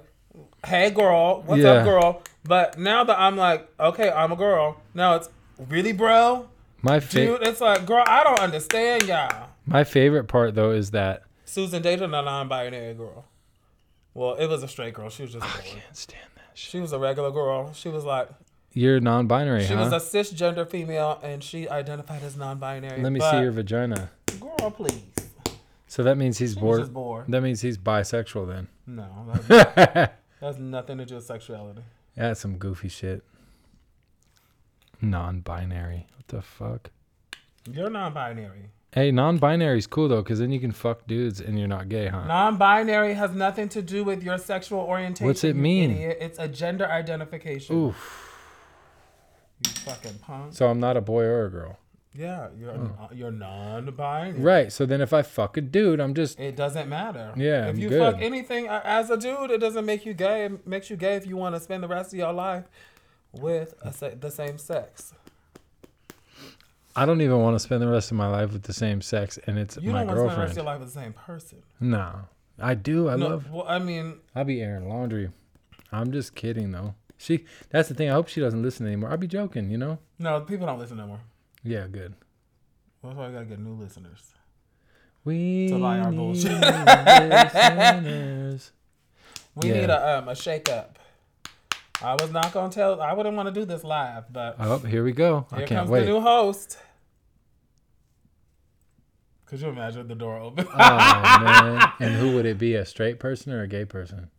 Speaker 1: hey girl, what's
Speaker 2: Yeah.
Speaker 1: up girl? But now that I'm like, okay, I'm a girl, now it's really bro?
Speaker 2: My fa-
Speaker 1: Dude, it's like, girl, I don't understand y'all.
Speaker 2: my favorite part though is that
Speaker 1: Susan dated a non-binary girl. Well, it was a straight girl. She was just a boy.
Speaker 2: can't stand that shit.
Speaker 1: She was a regular girl. She was like
Speaker 2: You're non-binary,
Speaker 1: she
Speaker 2: huh?
Speaker 1: was a cisgender female and she identified as non-binary.
Speaker 2: Let me
Speaker 1: but-
Speaker 2: see your vagina.
Speaker 1: girl, please.
Speaker 2: So that means he's
Speaker 1: She was
Speaker 2: bored.
Speaker 1: just bored.
Speaker 2: That means he's bisexual then.
Speaker 1: No, that that's nothing to do with sexuality.
Speaker 2: That's some goofy shit. Non-binary. What the fuck?
Speaker 1: You're non-binary.
Speaker 2: Hey, non-binary is cool though, because then you can fuck dudes and you're not gay, huh?
Speaker 1: Non-binary has nothing to do with your sexual orientation.
Speaker 2: What's it
Speaker 1: you
Speaker 2: mean?
Speaker 1: idiot. It's a gender identification.
Speaker 2: Oof.
Speaker 1: You fucking punk. Mm.
Speaker 2: So I'm not a boy or a girl.
Speaker 1: Yeah, you're uh, you're non-binary.
Speaker 2: Right. So then if I fuck a dude, I'm just
Speaker 1: It doesn't matter.
Speaker 2: Yeah,
Speaker 1: If
Speaker 2: I'm
Speaker 1: you
Speaker 2: good.
Speaker 1: fuck anything uh, as a dude, it doesn't make you gay. It makes you gay if you want to spend the rest of your life with a se- the same sex.
Speaker 2: I don't even want to spend the rest of my life with the same sex and it's
Speaker 1: You
Speaker 2: my
Speaker 1: don't want to spend the rest
Speaker 2: girlfriend.
Speaker 1: of your life with the same person.
Speaker 2: no. I do. I
Speaker 1: no,
Speaker 2: love
Speaker 1: well, I mean,
Speaker 2: I'll be airing laundry. I'm just kidding though. She that's the thing. I hope she doesn't listen anymore. I'll be joking, you know?
Speaker 1: no, people don't listen no more.
Speaker 2: Yeah, good.
Speaker 1: That's why I gotta get new listeners.
Speaker 2: We
Speaker 1: To buy our bullshit.
Speaker 2: need listeners.
Speaker 1: We
Speaker 2: Yeah.
Speaker 1: need a um a shake up. I was not gonna tell. I wouldn't want to do this live, but
Speaker 2: Oh, here we go. I
Speaker 1: here
Speaker 2: can't
Speaker 1: comes
Speaker 2: wait.
Speaker 1: the new host. Could you imagine the door open?
Speaker 2: oh man. And who would it be? A straight person or a gay person?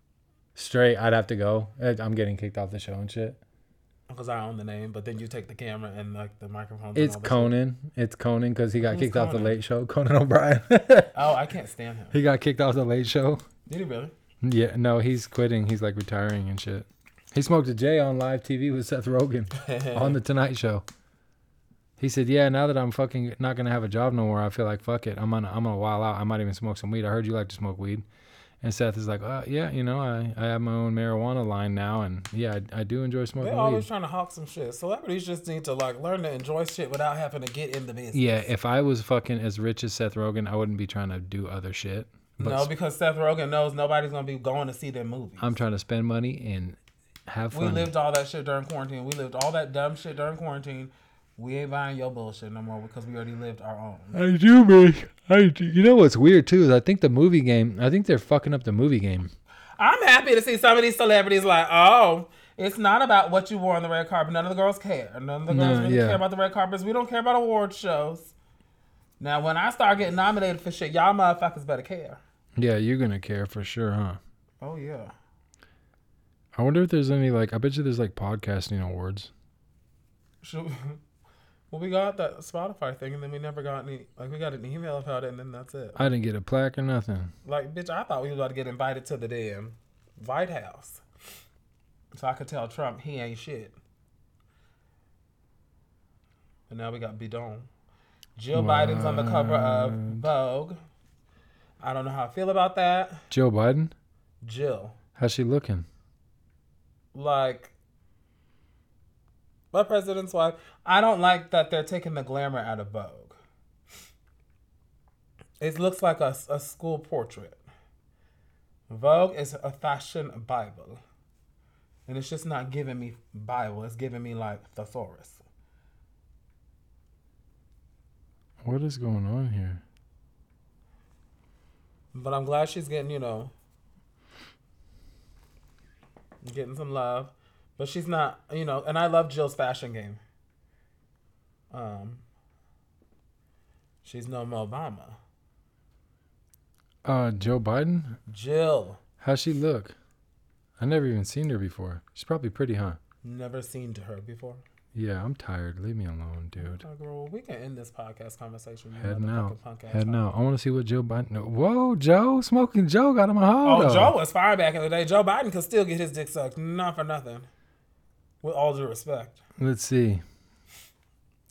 Speaker 2: Straight, I'd have to go. Eh, I'm getting kicked off the show and shit.
Speaker 1: Because I own the name, but then you take the camera and like the microphone. and
Speaker 2: It's
Speaker 1: all that shit.
Speaker 2: Conan. It's Conan because he got
Speaker 1: Who's
Speaker 2: kicked off the
Speaker 1: Conan?
Speaker 2: late show. Conan O'Brien.
Speaker 1: Oh, I can't stand him.
Speaker 2: he got kicked off the late show.
Speaker 1: Did he really?
Speaker 2: Yeah, no, he's quitting. He's like retiring and shit. He smoked a J on live TV with Seth Rogen on the Tonight Show. He said, "Yeah, now that I'm fucking not gonna have a job no more, I feel like fuck it. I'm gonna I'm gonna wild out. I might even smoke some weed. I heard you like to smoke weed." And Seth is like, uh, "Yeah, you know, I, I have my own marijuana line now, and yeah, I, I do enjoy
Speaker 1: They're
Speaker 2: smoking
Speaker 1: always
Speaker 2: weed."
Speaker 1: trying to hawk some shit. Celebrities just need to like learn to enjoy shit without having to get in the business.
Speaker 2: yeah, if I was fucking as rich as Seth Rogen, I wouldn't be trying to do other shit. But
Speaker 1: No, because Seth Rogen knows nobody's gonna be going to see their movie.
Speaker 2: I'm trying to spend money and have
Speaker 1: We
Speaker 2: fun.
Speaker 1: lived all that shit during quarantine. We lived all that dumb shit during quarantine. We ain't buying your bullshit no more because we already lived our own.
Speaker 2: I do, man. I do. You know what's weird too is I think the movie game. I think they're fucking up the movie game.
Speaker 1: I'm happy to see some of these celebrities like, oh, it's not about what you wore on the red carpet. None of the girls care. None of the girls
Speaker 2: No,
Speaker 1: really
Speaker 2: yeah.
Speaker 1: care about the red carpets. We don't care about award shows. Now, when I start getting nominated for shit, y'all motherfuckers better care.
Speaker 2: Yeah, you're gonna care for sure, huh?
Speaker 1: Oh yeah.
Speaker 2: I wonder if there's any like. I bet you there's like podcasting awards.
Speaker 1: Should we- well, we got that Spotify thing, and then we never got any. Like, we got an email about it, and then that's it.
Speaker 2: I didn't get a plaque or nothing.
Speaker 1: Like, bitch, I thought we was about to get invited to the damn White House, so I could tell Trump he ain't shit. But now we got Bidon. Jill Biden's on the cover of Vogue. I don't know how I feel about that.
Speaker 2: Joe Biden,
Speaker 1: Jill,
Speaker 2: how's she looking?
Speaker 1: like my president's wife. I don't like that they're taking the glamour out of Vogue. It looks like a, a school portrait. Vogue is a fashion Bible. And it's just not giving me Bible, it's giving me like thesaurus.
Speaker 2: What is going on here?
Speaker 1: But I'm glad she's getting, you know, getting some love. But she's not, you know, and I love Jill's fashion game. Um, she's no Mo Obama.
Speaker 2: Uh, Joe Biden,
Speaker 1: Jill,
Speaker 2: how's she look? I never even seen her before. She's probably pretty, huh?
Speaker 1: never seen to her before.
Speaker 2: Yeah, I'm tired. Leave me alone, dude.
Speaker 1: Oh, girl, well, we can end this podcast conversation. you
Speaker 2: Heading
Speaker 1: motherfucking
Speaker 2: out.
Speaker 1: punk-ass
Speaker 2: Heading
Speaker 1: fuck.
Speaker 2: out. I want to see what Joe Biden. Whoa, Joe, smoking Joe got him a hold.
Speaker 1: Oh, Joe was fire back in the day. Joe Biden could still get his dick sucked, not for nothing. With all due respect,
Speaker 2: Let's see.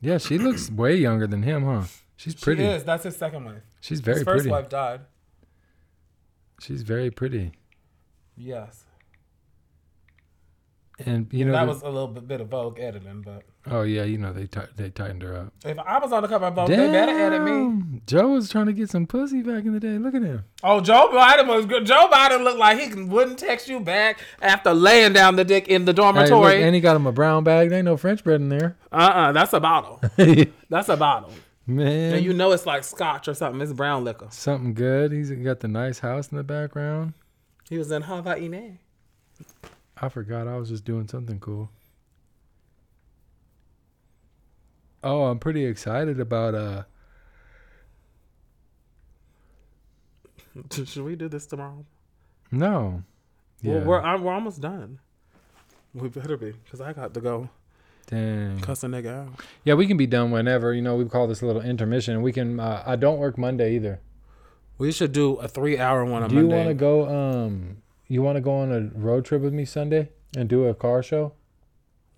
Speaker 2: Yeah, she looks way younger than him, huh? She's pretty.
Speaker 1: She is. That's his second wife.
Speaker 2: She's very
Speaker 1: his first
Speaker 2: pretty.
Speaker 1: wife died.
Speaker 2: She's very pretty.
Speaker 1: Yes,
Speaker 2: And you know,
Speaker 1: that
Speaker 2: the-
Speaker 1: was a little bit, bit of Vogue editing, but
Speaker 2: oh yeah, you know they t- they tightened her up.
Speaker 1: if I was on the cover of Vogue, they better edit me.
Speaker 2: Damn, Joe was trying to get some pussy back in the day. Look at him.
Speaker 1: Oh, Joe Biden was good. Joe Biden looked like he wouldn't text you back after laying down the dick in the
Speaker 2: Hey, look,
Speaker 1: dormitory.
Speaker 2: and he got him a brown bag. There ain't no French bread in there.
Speaker 1: uh uh that's a bottle. That's a bottle.
Speaker 2: Man,
Speaker 1: And you know it's like scotch or something. It's brown liquor.
Speaker 2: something good. He's got the nice house in the background.
Speaker 1: He was in Hawaii. now.
Speaker 2: I forgot I was just doing something cool. Oh, I'm pretty excited about uh
Speaker 1: Should we do this tomorrow?
Speaker 2: no.
Speaker 1: Well, we're, I'm, we're almost done. We better be, because I got to go
Speaker 2: Dang.
Speaker 1: cuss a nigga out.
Speaker 2: Yeah, we can be done whenever. You know, we call this a little intermission. We can. Uh, I don't work Monday either.
Speaker 1: We should do a three hour one on
Speaker 2: Do you
Speaker 1: Monday.
Speaker 2: want to go? Um, you want to go on a road trip with me Sunday and do a car show?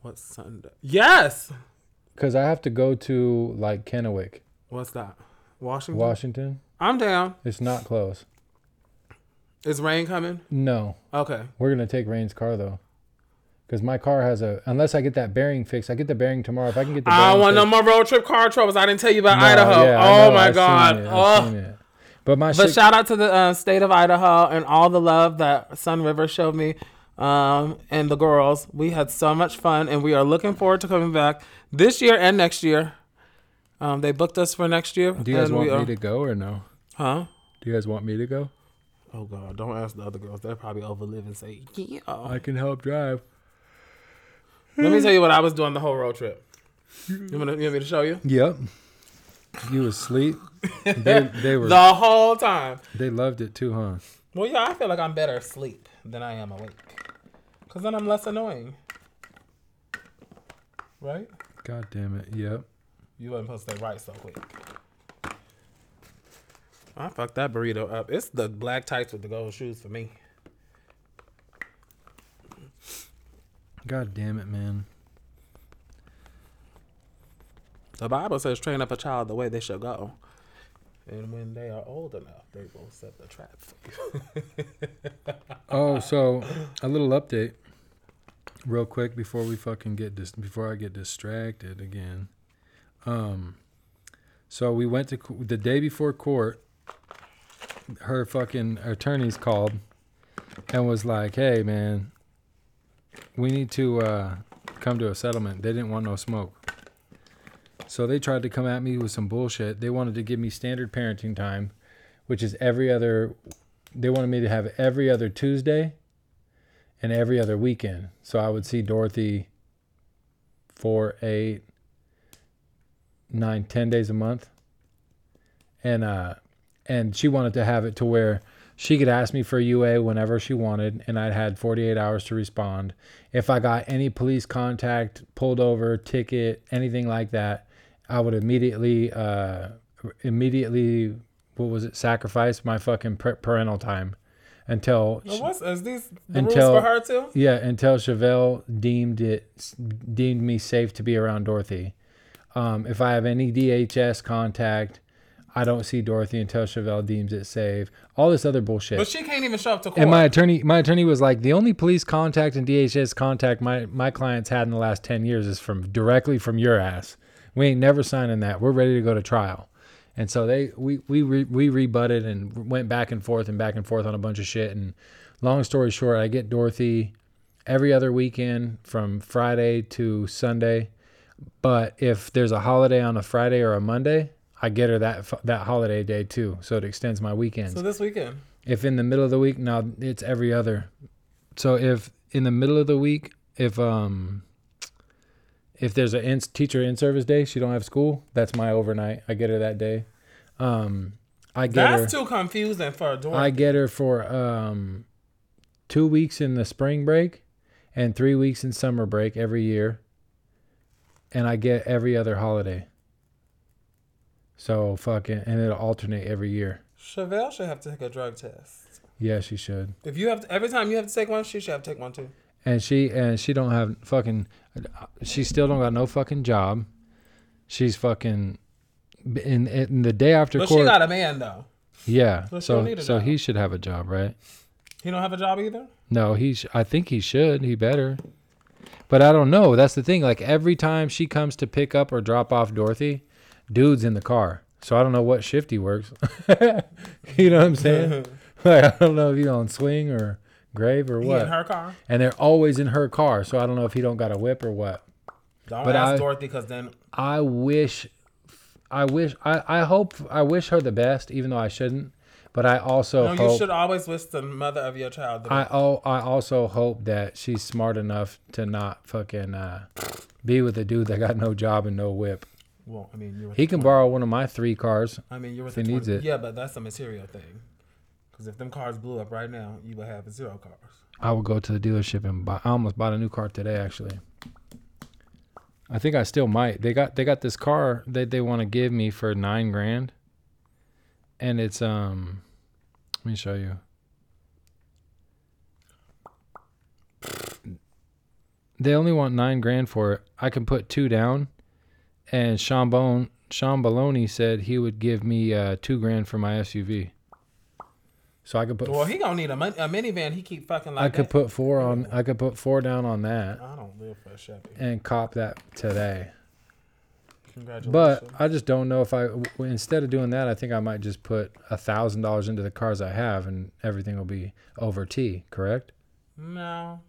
Speaker 1: What's Sunday? Yes!
Speaker 2: Cause I have to go to like Kennewick,
Speaker 1: What's that? Washington?
Speaker 2: Washington.
Speaker 1: I'm down.
Speaker 2: It's not close.
Speaker 1: Is rain coming?
Speaker 2: No,
Speaker 1: Okay.
Speaker 2: we're gonna take Rain's car though. Cause my car has a unless I get that bearing fixed. I get the bearing tomorrow. If I can get the bearing
Speaker 1: I don't want no
Speaker 2: fixed,
Speaker 1: more road trip car troubles. I didn't tell you about
Speaker 2: No,
Speaker 1: Idaho.
Speaker 2: yeah, I
Speaker 1: oh
Speaker 2: know.
Speaker 1: my
Speaker 2: I've seen
Speaker 1: god.
Speaker 2: it. I've
Speaker 1: Ugh.
Speaker 2: seen it. But my
Speaker 1: But
Speaker 2: shit,
Speaker 1: shout out to the uh, state of Idaho and all the love that Sun River showed me um, and the girls. We had so much fun, and we are looking forward to coming back this year and next year. Um, they booked us for next year.
Speaker 2: do you guys
Speaker 1: and
Speaker 2: want
Speaker 1: we
Speaker 2: me to go or no?
Speaker 1: Huh?
Speaker 2: Do you guys want me to go?
Speaker 1: Oh God! Don't ask the other girls. They'll probably overlive and say, "Yeah."
Speaker 2: I can help drive.
Speaker 1: Let me tell you what I was doing the whole road trip. You want, to, you want me to show you?
Speaker 2: Yep. You was asleep. they, they were.
Speaker 1: The whole time.
Speaker 2: They loved it too, huh?
Speaker 1: Well, yeah, I feel like I'm better asleep than I am awake. Because then I'm less annoying. Right?
Speaker 2: God damn it. Yep.
Speaker 1: You wasn't supposed to say right so quick. I fucked that burrito up. It's the black tights with the gold shoes for me.
Speaker 2: God damn it, man.
Speaker 1: The Bible says, train up a child the way they shall go. And when they are old enough, they will set the trap for you.
Speaker 2: Oh, so a little update, real quick before we fucking get dis- before I get distracted again. Um, so we went to co- the day before court. Her fucking attorneys called, and was like, "Hey, man, we need to uh, come to a settlement." They didn't want no smoke. So they tried to come at me with some bullshit. They wanted to give me standard parenting time, which is every other they wanted me to have every other Tuesday and every other weekend. So I would see Dorothy four, eight, nine, ten days a month. And uh and she wanted to have it to where she could ask me for UA whenever she wanted and I'd had forty eight hours to respond. If I got any police contact, pulled over, ticket, anything like that, I would immediately uh immediately what was it sacrifice my fucking par- parental time until
Speaker 1: Now, What's, is these the
Speaker 2: Until-
Speaker 1: rules for her too?
Speaker 2: yeah, until Chevelle deemed it deemed me safe to be around Dorothy. Um, if I have any DHS contact, I don't see Dorothy until Chevelle deems it safe. All this other bullshit.
Speaker 1: But she can't even show up to court.
Speaker 2: and my attorney, my attorney was like, the only police contact and DHS contact my my clients had in the last ten years is from directly from your ass. We ain't never signing that. We're ready to go to trial. And so they we we re, we rebutted and went back and forth and back and forth on a bunch of shit. And long story short, I get Dorothy every other weekend from Friday to Sunday. But if there's a holiday on a Friday or a Monday, I get her that f- that holiday day too, so it extends my weekends.
Speaker 1: so this weekend.
Speaker 2: if in the middle of the week, no, it's every other. So if in the middle of the week, if um if there's a in- teacher in service day, she don't have school. That's my overnight. I get her that day. Um, I get her.
Speaker 1: That's too confusing for a
Speaker 2: I
Speaker 1: daughter.
Speaker 2: get her for um, two weeks in the spring break and three weeks in summer break every year. And I get every other holiday. So fucking, and it'll alternate every year.
Speaker 1: Chevelle should have to take a drug test.
Speaker 2: Yeah, she should.
Speaker 1: If you have to, every time you have to take one, she should have to take one too.
Speaker 2: and she and she don't have fucking she still don't got no fucking job she's fucking in, in the day after
Speaker 1: But she
Speaker 2: court
Speaker 1: got a man though.
Speaker 2: yeah
Speaker 1: but she don't
Speaker 2: so
Speaker 1: need a
Speaker 2: so
Speaker 1: job.
Speaker 2: he should have a job right
Speaker 1: He don't have a job either.
Speaker 2: no he sh- i think he should he better but i don't know that's the thing like every time she comes to pick up or drop off dorothy dude's in the car so i don't know what shift he works you know what i'm saying like i don't know if he's on swing or grave or
Speaker 1: He
Speaker 2: what
Speaker 1: in her car.
Speaker 2: and they're always in her car. So I don't know if he don't got a whip or what.
Speaker 1: Don't
Speaker 2: But
Speaker 1: ask
Speaker 2: I-
Speaker 1: Dorothy because then
Speaker 2: I wish, I wish, I, I hope, I wish her the best, even though I shouldn't. But I also
Speaker 1: no, you
Speaker 2: hope,
Speaker 1: should always wish the mother of your child. The
Speaker 2: I oh, I also hope that she's smart enough to not fucking uh, be with a dude that got no job and no whip.
Speaker 1: well, I mean, you're with
Speaker 2: He
Speaker 1: the
Speaker 2: can
Speaker 1: twen-
Speaker 2: borrow one of my three cars.
Speaker 1: I mean, you're with
Speaker 2: if
Speaker 1: the
Speaker 2: he needs
Speaker 1: 20
Speaker 2: it.
Speaker 1: Yeah, but that's a material thing. Because if them cars blew up right now, you would have zero cars.
Speaker 2: I would go to the dealership and buy. I almost bought a new car today, actually. I think I still might. They got they got this car that they want to give me for nine grand, and it's um. Let me show you. They only want nine grand for it. I can put two down, and Sean Bone Sean Baloney said he would give me uh, two grand for my SUV. So I could put
Speaker 1: Well, he gonna need a, mon- a minivan. He keep fucking like
Speaker 2: I could
Speaker 1: that.
Speaker 2: put four on. I could put four down on that
Speaker 1: I don't live for a Chevy.
Speaker 2: and cop that today. But
Speaker 1: Congratulations.
Speaker 2: I just don't know if I. w- Instead of doing that, I think I might just put a thousand dollars into the cars I have, and everything will be over T. Correct.
Speaker 1: no,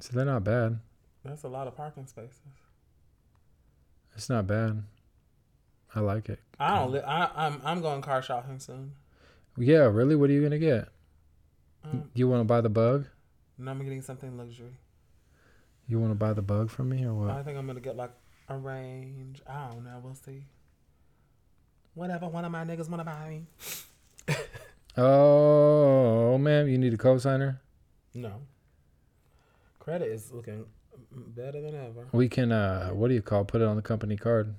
Speaker 2: So they're not bad.
Speaker 1: that's a lot of parking spaces.
Speaker 2: It's not bad. I like it.
Speaker 1: I don't. Li- I, I'm I'm going car shopping soon.
Speaker 2: Yeah, really. What are you gonna get?
Speaker 1: Um,
Speaker 2: You want to buy the bug?
Speaker 1: and I'm getting something luxury.
Speaker 2: You want to buy the bug from me or what?
Speaker 1: I think I'm gonna get like a range. I don't know. We'll see. Whatever one of my niggas wanna buy me.
Speaker 2: Oh, ma'am, you need a cosigner.
Speaker 1: No. Credit is looking better than ever.
Speaker 2: We can. uh What do you call? Put it on the company card.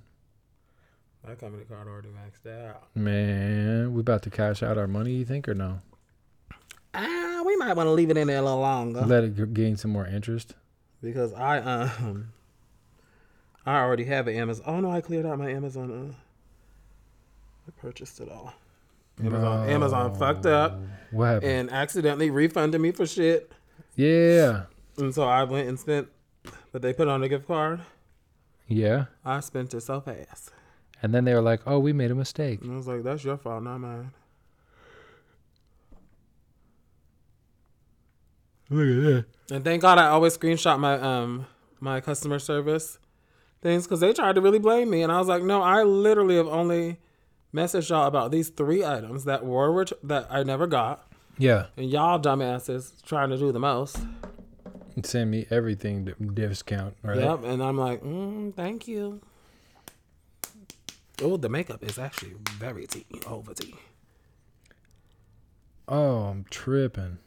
Speaker 1: My company card already maxed out.
Speaker 2: Man, we about to cash out our money, you think, or no?
Speaker 1: Ah, we might want to leave it in there a little longer
Speaker 2: Let it g- gain some more interest.
Speaker 1: because I um I already have an Amazon. Oh no, I cleared out my Amazon. Uh, I purchased it all. Amazon, Amazon fucked up
Speaker 2: What happened?
Speaker 1: and accidentally refunded me for shit.
Speaker 2: yeah.
Speaker 1: And so I went and spent, but they put on a gift card.
Speaker 2: Yeah.
Speaker 1: I spent it so fast.
Speaker 2: And then they were like, oh, we made a mistake.
Speaker 1: And I was like, that's your fault, not mine.
Speaker 2: Look at that.
Speaker 1: And thank God I always screenshot my um my customer service things because they tried to really blame me, and I was like, no, I literally have only messaged y'all about these three items that were ret- that I never got,
Speaker 2: Yeah.
Speaker 1: and y'all dumbasses trying to do the most.
Speaker 2: And Send me everything d- discount, right?
Speaker 1: Yep, and I'm like, mm, thank you. Oh, the makeup is actually very tea over tea.
Speaker 2: Oh, I'm tripping.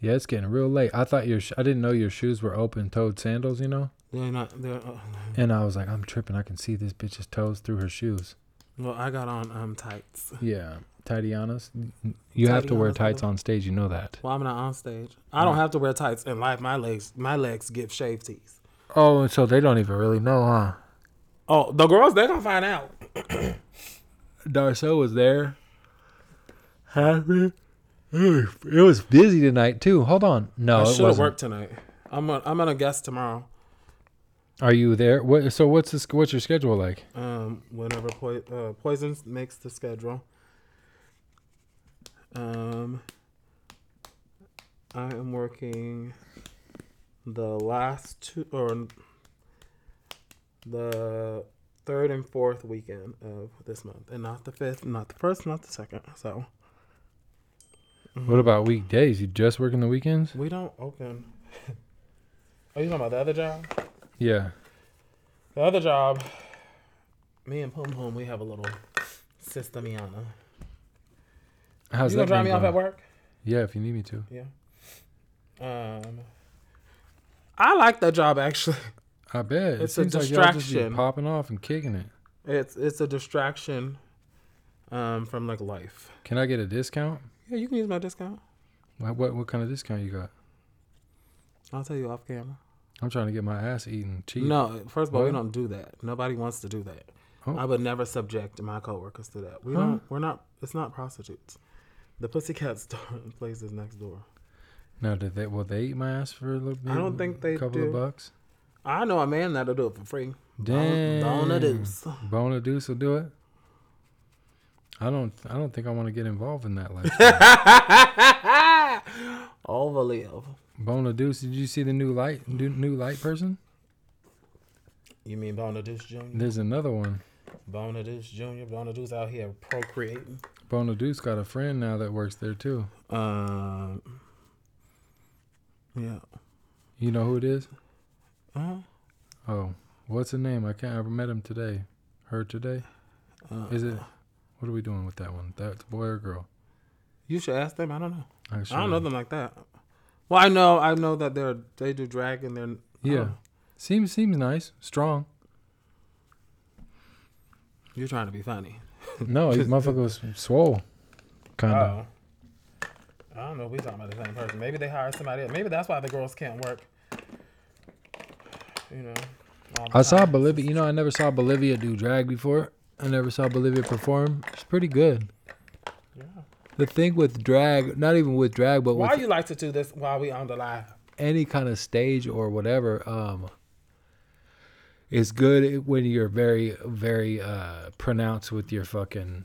Speaker 2: Yeah, it's getting real late. I thought your sh- I didn't know your shoes were open toed sandals, you know?
Speaker 1: They're not. They're. Uh,
Speaker 2: And I was like, I'm tripping. I can see this bitch's toes through her shoes.
Speaker 1: well, I got on um tights.
Speaker 2: Yeah. Tidianas. You have to wear
Speaker 1: Tatianas, I
Speaker 2: tights
Speaker 1: know.
Speaker 2: on stage. You know that.
Speaker 1: Well, I'm not on stage. I don't have to wear tights in life. My legs, my legs give shave tees.
Speaker 2: Oh, and so they don't even really know, huh?
Speaker 1: Oh, the girls, they're gonna find out.
Speaker 2: Darso was there. Happy. It was busy tonight too. Hold on. No,
Speaker 1: I
Speaker 2: it
Speaker 1: should have
Speaker 2: wasn't.
Speaker 1: worked tonight. I'm gonna, I'm gonna guess tomorrow.
Speaker 2: Are you there? What? So what's this? What's your schedule like?
Speaker 1: Um, whenever po- uh, poison makes the schedule. Um, I am working the last two or the third and fourth weekend of this month, and not the fifth, not the first, not the second. So Mm-hmm.
Speaker 2: What about weekdays? You just working the weekends?
Speaker 1: we don't open. Are you talking about the other job?
Speaker 2: Yeah.
Speaker 1: The other job, me and Pum Pum, we have a little system, Yana.
Speaker 2: How's
Speaker 1: you gonna
Speaker 2: that
Speaker 1: drop
Speaker 2: been
Speaker 1: me off
Speaker 2: going?
Speaker 1: at work?
Speaker 2: Yeah, if you need me to.
Speaker 1: Yeah. Um, I like that job actually.
Speaker 2: I bet. It
Speaker 1: It's a
Speaker 2: seems like y'all just be
Speaker 1: distraction.
Speaker 2: popping off and kicking it.
Speaker 1: It's it's a distraction, um, from like life.
Speaker 2: Can I get a discount?
Speaker 1: Yeah, you can use my discount.
Speaker 2: What what, what kind of discount you got?
Speaker 1: I'll tell you off camera.
Speaker 2: I'm trying to get my ass eaten cheap.
Speaker 1: No, first of all, we
Speaker 2: What?
Speaker 1: don't do that. Nobody wants to do that.
Speaker 2: Oh.
Speaker 1: I would never subject my coworkers to that. We
Speaker 2: Huh?
Speaker 1: don't. We're not. It's not prostitutes. The pussycat store places next door.
Speaker 2: Now, did they? Will they eat my ass for a little bit?
Speaker 1: I don't think they
Speaker 2: A couple
Speaker 1: do.
Speaker 2: of bucks.
Speaker 1: I know a man that'll do it for free.
Speaker 2: Damn.
Speaker 1: Donna Deuce.
Speaker 2: Bona Deuce will do it. I don't. I don't think I want to get involved in that lifestyle.
Speaker 1: Overlive.
Speaker 2: Bona Deuce, did you see the new light? New, new light person?
Speaker 1: You mean Bonaduce Jr.?
Speaker 2: There's another one.
Speaker 1: Bonaduce Jr. Bonaduce out here procreating.
Speaker 2: Bona Deuce got a friend now that works there too.
Speaker 1: Um. Yeah.
Speaker 2: You know who it is?
Speaker 1: Uh-huh.
Speaker 2: Oh, what's the name? I can't. I met him today. Her today.
Speaker 1: Uh,
Speaker 2: Is it? What are we doing with that one? That's boy or girl?
Speaker 1: You should ask them. I don't know.
Speaker 2: Actually,
Speaker 1: I don't know them like that. Well, I know. I know that they're they do drag and they're
Speaker 2: Yeah.
Speaker 1: oh,
Speaker 2: Seems seems nice. Strong.
Speaker 1: you're trying to be funny.
Speaker 2: No, he motherfucker was swole. Kind
Speaker 1: Oh.
Speaker 2: of.
Speaker 1: I don't know. if We talking about the same person. Maybe they hired somebody. Else. Maybe that's why the girls can't work. You know. all the
Speaker 2: I saw
Speaker 1: time.
Speaker 2: Bolivia. You know, I never saw Bolivia do drag before. I never saw Bolivia perform. It's pretty good.
Speaker 1: Yeah.
Speaker 2: The thing with drag, not even with drag, but
Speaker 1: Why
Speaker 2: with
Speaker 1: you like to do this while we on the live?
Speaker 2: any kind of stage or whatever, um, is good when you're very, very uh, pronounced with your fucking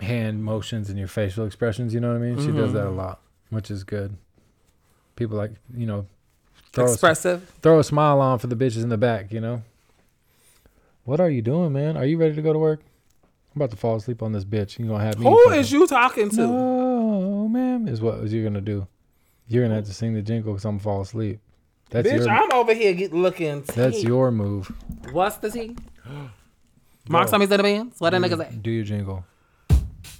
Speaker 2: hand motions and your facial expressions. You know what I mean? She
Speaker 1: Mm-hmm.
Speaker 2: does that a lot, which is good. People like, you know, throw us-
Speaker 1: Expressive.
Speaker 2: throw a smile on for the bitches in the back, you know? What are you doing, man? Are you ready to go to work? I'm about to fall asleep on this bitch. You gonna have me?
Speaker 1: Who is you talking to?
Speaker 2: No, ma'am, is what is you gonna do? You're gonna have to sing the jingle because I'm gonna fall asleep. That's
Speaker 1: Bitch,
Speaker 2: your
Speaker 1: I'm over here get looking.
Speaker 2: that's
Speaker 1: tea.
Speaker 2: your move.
Speaker 1: What's the tea? Mark somebody's in the bands. What a nigga say?
Speaker 2: Do your jingle.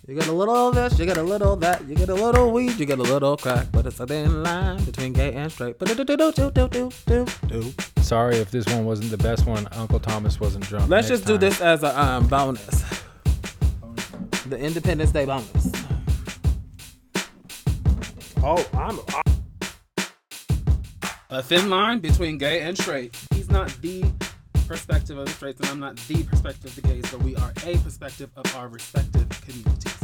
Speaker 1: You get a little of this, you get a little of that, you get a little weed, you get a little crack, but it's a thin line between gay and straight. But do do do do do do do do.
Speaker 2: Sorry if this one wasn't the best one. Uncle Thomas wasn't drunk.
Speaker 1: Let's
Speaker 2: Next
Speaker 1: just do
Speaker 2: time.
Speaker 1: this as a um, bonus. The Independence Day bonus. Oh, I'm.
Speaker 3: a thin line between gay and straight. He's not the perspective of the straights, and I'm not the perspective of the gays, but we are a perspective of our respective communities.